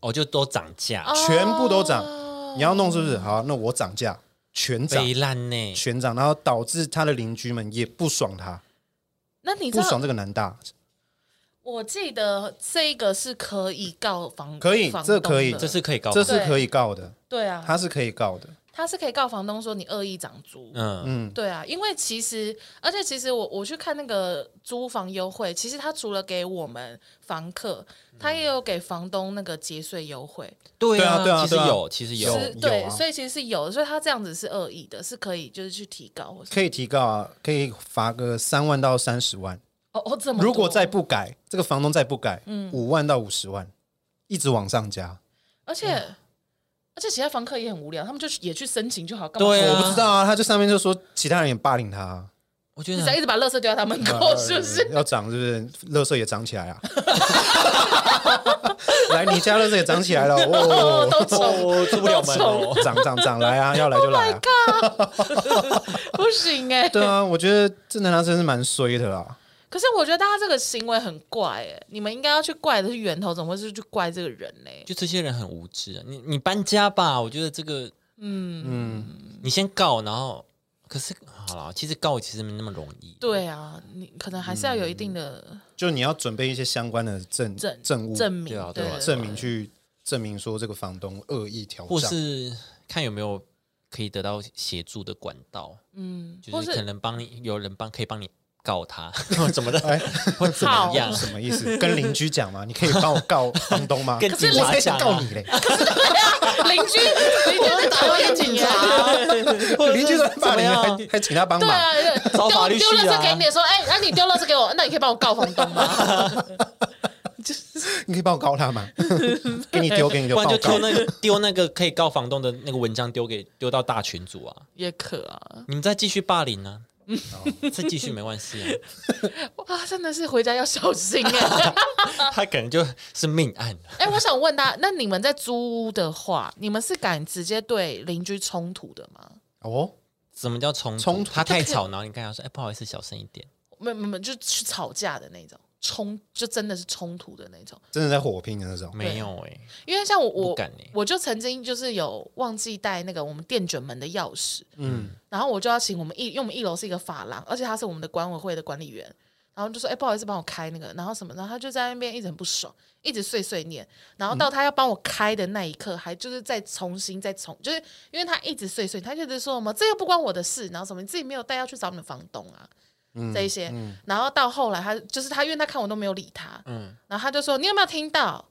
S1: 哦，就都涨价，
S3: 全部都涨
S2: 哦
S3: 你要弄是不是？好，那我涨价，全涨
S1: 北烂呢？
S3: 全涨，然后导致他的邻居们也不爽他，
S2: 那你知
S3: 不爽
S2: 道？
S3: 这个男大，
S2: 我记得这个是可以告房，
S3: 可以
S2: 房东
S3: 这
S2: 的
S3: 可以
S1: 这是可以告
S3: 这
S1: 吗，
S3: 是可以告的，
S2: 对啊，
S3: 他是可以告的，
S2: 他是可以告房东说你恶意涨租，
S1: 嗯
S2: 对啊，因为其实，而且其实我我去看那个租房优惠，其实他除了给我们房客，他
S1: 嗯
S2: 也有给房东那个节税优惠，
S1: 对啊，
S3: 对啊对啊
S1: 其实
S3: 对啊
S1: 有，其实有
S3: 有
S2: 是对，
S3: 有啊
S2: 所以其实是有的，所以他这样子是恶意的，是可以就是去提高或什么。
S3: 可以提告啊，可以罚个三万到三十万，
S2: 哦哦，这么多嗯
S3: 如果再不改，这个房东再不改，五万到五十万，一直往上加。
S2: 而且、而且其他房客也很无聊，他们就去也去申请就好，干嘛
S1: 对
S3: 我
S1: 啊
S3: 不知道啊，他就上面就说其他人也霸凌 他啊、呃
S1: 我觉
S2: 你
S1: 得
S2: 才一直把垃圾丢到他门
S3: 嗯
S2: 口，哦 是不是？
S3: 要涨是不是？乐色也涨起来啊！ 来，你家乐色也涨起 来了
S2: 哦，
S3: 哦，
S2: 都丑，
S4: 哦，出不了门
S2: 都 Oh
S4: 哦。
S3: 涨涨涨 来啊，要来就来啊！
S2: 不行哎、
S3: 对啊，我觉得这男生真是蛮衰的啦。
S2: 可是我觉得大家这个行为很怪哎、你们应该要去怪的是源头，怎么会是去怪这个人欸呢、
S1: 就这些人很无知、啊。你你搬家吧，我觉得这个，嗯嗯，你先告，然后可是好了，其实告其实没那么容易。
S2: 对啊，你可能还是要有一定的
S3: 就你要准备一些相关的证
S2: 证
S3: 证物
S2: 证明
S1: 对啊，对
S2: 对
S1: 啊
S2: 对
S3: 证明去证明说这个房东恶意调
S1: 或
S3: 涨。
S1: 是看有没有可以得到协助的管道，
S2: 嗯，
S1: 就
S2: 或
S1: 是可
S2: 是
S1: 能帮你有人帮可以帮你告他怎么的，
S3: 哎
S1: 或怎
S2: 好
S1: 么样？
S3: 什么意思？跟邻居讲嘛，你可以帮我告房东吗？
S1: 跟警察
S3: 我才
S1: 讲啊
S3: 想告你 嘞！
S2: 邻居邻居打电话给警 察。
S1: 啊
S3: 邻居都在
S1: 怎
S3: 骂
S1: 么
S3: 你，还
S1: 样？
S3: 还请他帮
S2: 对
S3: 忙。
S2: 啊，
S4: 找法
S2: 丢
S4: 律
S2: 丢
S4: 去啊
S2: 垃圾给你，说哎，那、你丢垃圾给我，那你可以帮我告房东吗？
S3: 你可以帮我告 他吗？给你丢，给你丢，
S1: 不然就
S3: 帮
S1: 丢
S3: 我告
S1: 那个丢那个可以告房东的那个文章丢给丢到大群组啊，
S2: 也可啊，
S1: 你们再继续霸凌呢、
S3: 嗯
S1: 啊，再继续没关系、啊。
S2: 哇，真的是回家要小心哎、
S1: 他可能就是命案了。
S2: 哎、我想问他，那你们在租屋的话，你们是敢直接对邻居冲突的吗？
S3: 哦，
S1: 什么叫冲突？
S3: 冲突
S1: 他太吵，然后你跟他说：“哎，不好意思，小声一点。
S2: 没没没，就去吵架的那种，冲就真的是冲突的那种。
S3: 真的在火拼的那”种。
S1: 没有哎、
S2: 因为像我
S1: 不
S2: 我
S1: 敢欸
S2: 我就曾经就是有忘记带那个我们店卷门的钥匙，嗯，然后我就要请我们一，因为我们一楼是一个发廊，而且他是我们的管委会的管理员，然后就说，哎、不好意思，帮我开那个，然后什么，然后他就在那边一直很不爽，一直碎碎念，然后到他要帮我开的那一刻，还就是再重新再重，就是因为他一直碎碎，他就一直说什么这又不关我的事，然后什么你自己没有带要去找你们房东啊。这一些，然后到后来他就是他，因为他看我都没有理他，嗯，然后他就说你有没有听到？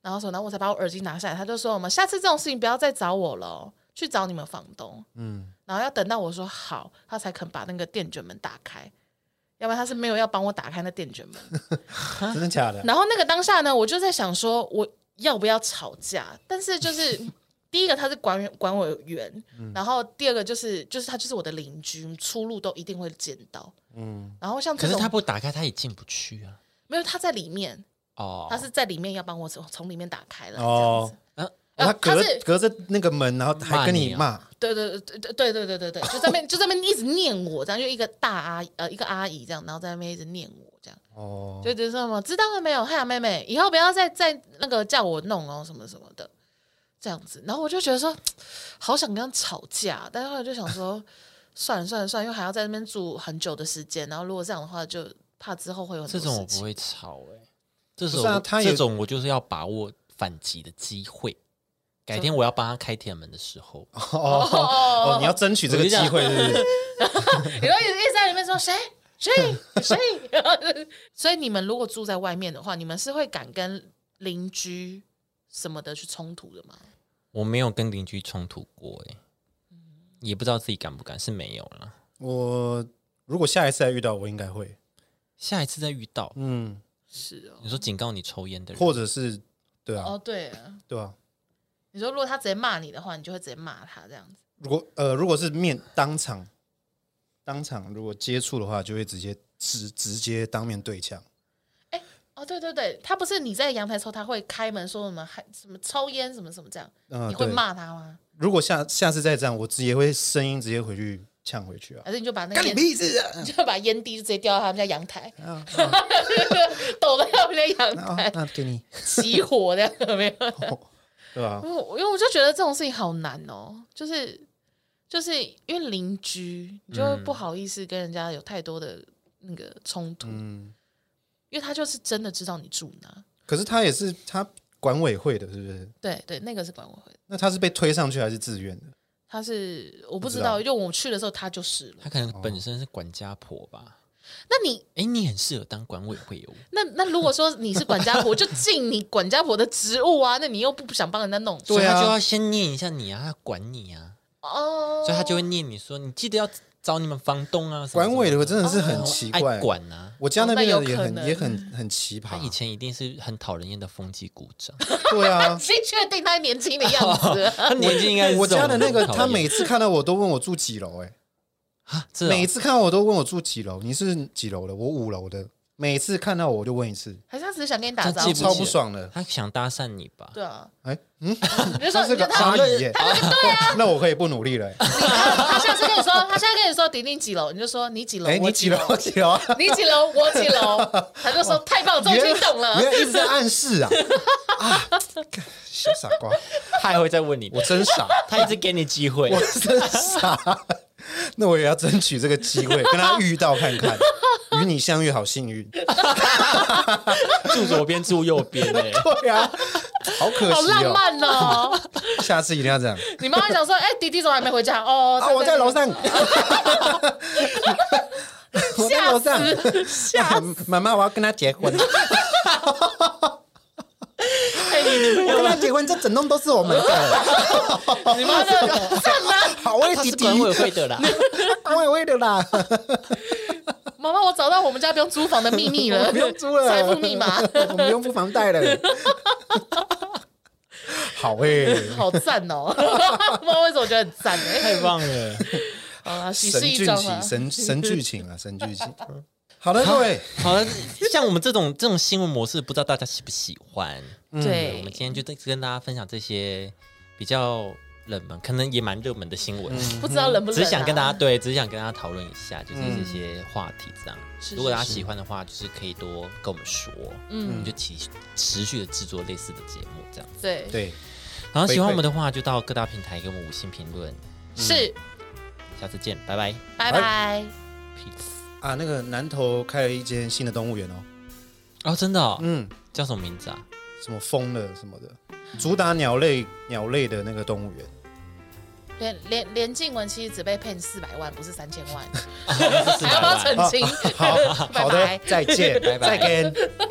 S2: 然后说，然后我才把我耳机拿下来，他就说我们下次这种事情不要再找我了哦，去找你们房东。嗯，然后要等到我说好，他才肯把那个电卷门打开，要不然他是没有要帮我打开那电卷门。
S1: 啊
S3: 真的假的？
S2: 然后那个当下呢，我就在想说，我要不要吵架？但是就是。 第一个他是管管委员，
S1: 嗯
S2: 然后第二个就是就是他就是我的邻居，出入都一定会见到。嗯，然后像
S1: 可
S2: 这
S1: 是
S2: 种
S1: 他不打开，他也进不去啊。
S2: 没有他在里面，
S1: 哦，啊
S2: 他是在里面要帮我从从里面打开了。
S3: 哦
S2: 哦，
S3: 他
S2: 呃
S3: 隔
S2: 他是
S3: 隔着那个门，然后还跟你骂，
S2: 对对对对对对对对对，就在那边就在那边一直念我，这样就一个大阿姨呃一个阿姨这样，然后在那边一直念我这样，
S3: 哦，
S2: 就就是什么知道了没有，嗨呀妹妹，以后不要再再那个叫我弄哦什么什么的这样子，然后我就觉得说好想跟他吵架，但是后来就想说算了算了算了，因为还要在那边住很久的时间，然后如果这样的话就怕之后会有很
S1: 这
S2: 多
S1: 种我
S2: 事
S1: 不
S2: 情。
S1: 会吵哎、这
S3: 不是啊
S1: 种
S3: 他也
S1: 这种我就是要把握反击的机会。改天我要帮他开铁门的时候，
S3: 哦哦，你要争取这个机会，是不是？
S2: 你后一直一直在里面说谁谁谁， 所以你们如果住在外面的话，你们是会敢跟邻居什么的去冲突的吗？
S1: 我没有跟邻居冲突过哎、也不知道自己敢不敢，是没有啦。
S3: 我如果下一次再遇到，我应该会，
S1: 下一次再遇到，
S3: 嗯，
S2: 是哦，
S1: 你说警告你抽烟的人，
S3: 或者是对啊
S2: 哦，对啊，
S3: 对啊，
S2: 你说如果他直接骂你的话，你就会直接骂他这样子。
S3: 如果呃如果是面当场当场如果接触的话，就会直接直直接当面对呛，
S2: 哦，对对对，他不是你在阳台抽，他会开门说什么还什么抽烟什么什么这样，
S3: 嗯，
S2: 你会
S3: 对。
S2: 骂他吗？
S3: 如果下下次再这样，我直接会声音直接回去呛回去啊，
S2: 还是你就把那
S3: 干
S2: 个烟，
S3: 你屁事啊！
S2: 你就把烟蒂就直接掉到他们家阳台，
S3: 啊
S2: 抖到他们家阳
S3: 那 哦
S2: 台，
S3: 那给你，
S2: 起火这样有没有？
S3: 对吧？
S1: 啊
S2: 因为我因为我就觉得这种事情好难哦，就是就是因为邻居，你就会不好意思跟人家有太多的那个冲突，
S3: 嗯，
S2: 因为他就是真的知道你住哪。
S3: 可是他也是他管委会的，是不是？
S2: 对对，那个是管委会的，
S3: 那他是被推上去还是自愿的？
S2: 他是我不
S3: 知
S2: 知
S3: 道
S2: 道，因为我去的时候他就是了。
S1: 他可能
S3: 哦
S1: 本身是管家婆吧？
S2: 那你
S1: 哎、你很适合当管委会哦。
S2: 那那如果说你是管家婆，就 尽你管家婆的职务啊，那你又不想帮人家弄，
S3: 对啊
S1: 所以他就要先念一下你啊，他管你啊，
S2: 哦，
S1: 所以他就会念你说，你记得要找你们房东啊。什么
S3: 管委的真的是很
S1: 什么
S3: 奇
S1: 爱
S3: 怪，
S1: 管啊。
S3: 我家那边
S2: 哦
S3: 的
S2: 那
S3: 也
S2: 有可
S3: 很
S2: 能
S3: 也很很奇
S1: 他
S3: 葩
S1: 以，前一定是很讨人厌的风纪股 长，
S3: 对啊。
S2: 谁确定他年轻的样子？
S1: 他年纪应该是
S3: 我
S1: 这种
S3: 家的那个，
S1: 讨厌
S3: 他每次看到我都问我住几楼，哎，
S1: 啊，是哦
S3: 每次看到我都问我住几楼，你是几楼的？我五楼的，每次看到我就问一次，
S2: 还是他只是想跟你打
S1: 这
S2: 招
S1: 记
S2: 呼？
S1: 不
S3: 超不爽的。
S1: 他想搭讪你吧？
S2: 对啊，
S3: 哎，嗯，
S2: 你就说
S3: 他是
S2: 你
S3: 个
S2: 就他
S3: 阿 姨耶，
S1: 啊
S3: 那我可以不努力了。哎
S2: 他下次跟你说，他下次跟你说迪迪几楼，你就说你几楼，
S3: 哎，
S2: 我
S3: 你几楼？几楼啊？
S2: 你几楼，我几楼，他就说太 棒，终于听懂了
S3: 原。来一直在暗 示啊啊！干小傻瓜，
S4: 他还会再问你，
S3: 我真 傻，
S4: 他一直给你机会
S3: 我。真傻。 那我也要争取这个 机会，跟他遇到看看。与你相遇，好幸运。
S4: 住左边，住右 边
S1: 欸
S4: 哎、
S3: 对呀、好可
S2: 好
S3: 惜
S2: 浪
S3: 哦。
S2: 漫哦！
S3: 下次一定要这样。
S2: 你妈妈想说，哎、迪迪怎么还没回家？哦，
S3: 啊，我在 楼上，我在楼上。
S2: 吓死！
S3: 妈妈，我要跟他 结婚。
S2: 哎你
S3: 我跟他结婚，这整栋都是我们的。
S2: 你妈的，上啊！
S3: 好，我也
S4: 他
S3: 弟
S4: 是
S3: 弟，
S4: 管委会 的啦，
S3: 管委会的啦。
S2: 妈妈，我找到我们家不用租房的秘密
S3: 我
S2: 了，
S3: 不用租了，
S2: 财富密码，
S3: 我们不用付房贷了。好欸诶、
S2: 好赞哦！不知道为什么我觉得很赞哎、
S4: 太棒了！
S2: 好啦，喜
S3: 神
S2: 事一
S3: 剧
S2: 桩
S3: 情，
S2: 啊！
S3: 神神剧情啊，神剧情。好的，各位，
S1: 好了，像我们这种这种新闻模式，不知道大家喜不喜欢？我
S2: 对
S1: 们，今天就跟大家分享这些比较冷门，可能也蛮热门的新闻，
S2: 不知道 冷不冷、啊，
S1: 只是想跟大家对，只是想跟大家讨论一下，就是这些话题这样。
S2: 是
S1: 如果大家
S2: 是
S1: 喜欢的话，就是可以多跟我们说，嗯，我们就持持续的制作类似的节目这样。
S2: 对
S3: 对，
S1: 然后喜欢
S3: 回馈
S1: 我们的话，就到各大平台给我们五星评论，
S2: 是，
S1: 下次见，拜拜
S2: 拜
S3: 拜
S2: 拜。
S1: ，peace。
S3: 啊，那个南头开了一间新的动物园哦，
S1: 哦，真的、哦，
S3: 嗯，
S1: 叫什么名 字啊？
S3: 什么风了什么的，主打鸟类鸟类的那个动物园，
S2: 连连连静文其实只被骗四百万，不是三千万，
S1: 还
S2: 还要不要澄清？
S3: 好好
S2: 拜
S3: 的
S2: 拜，
S3: 再见，
S1: 拜拜
S3: 再见。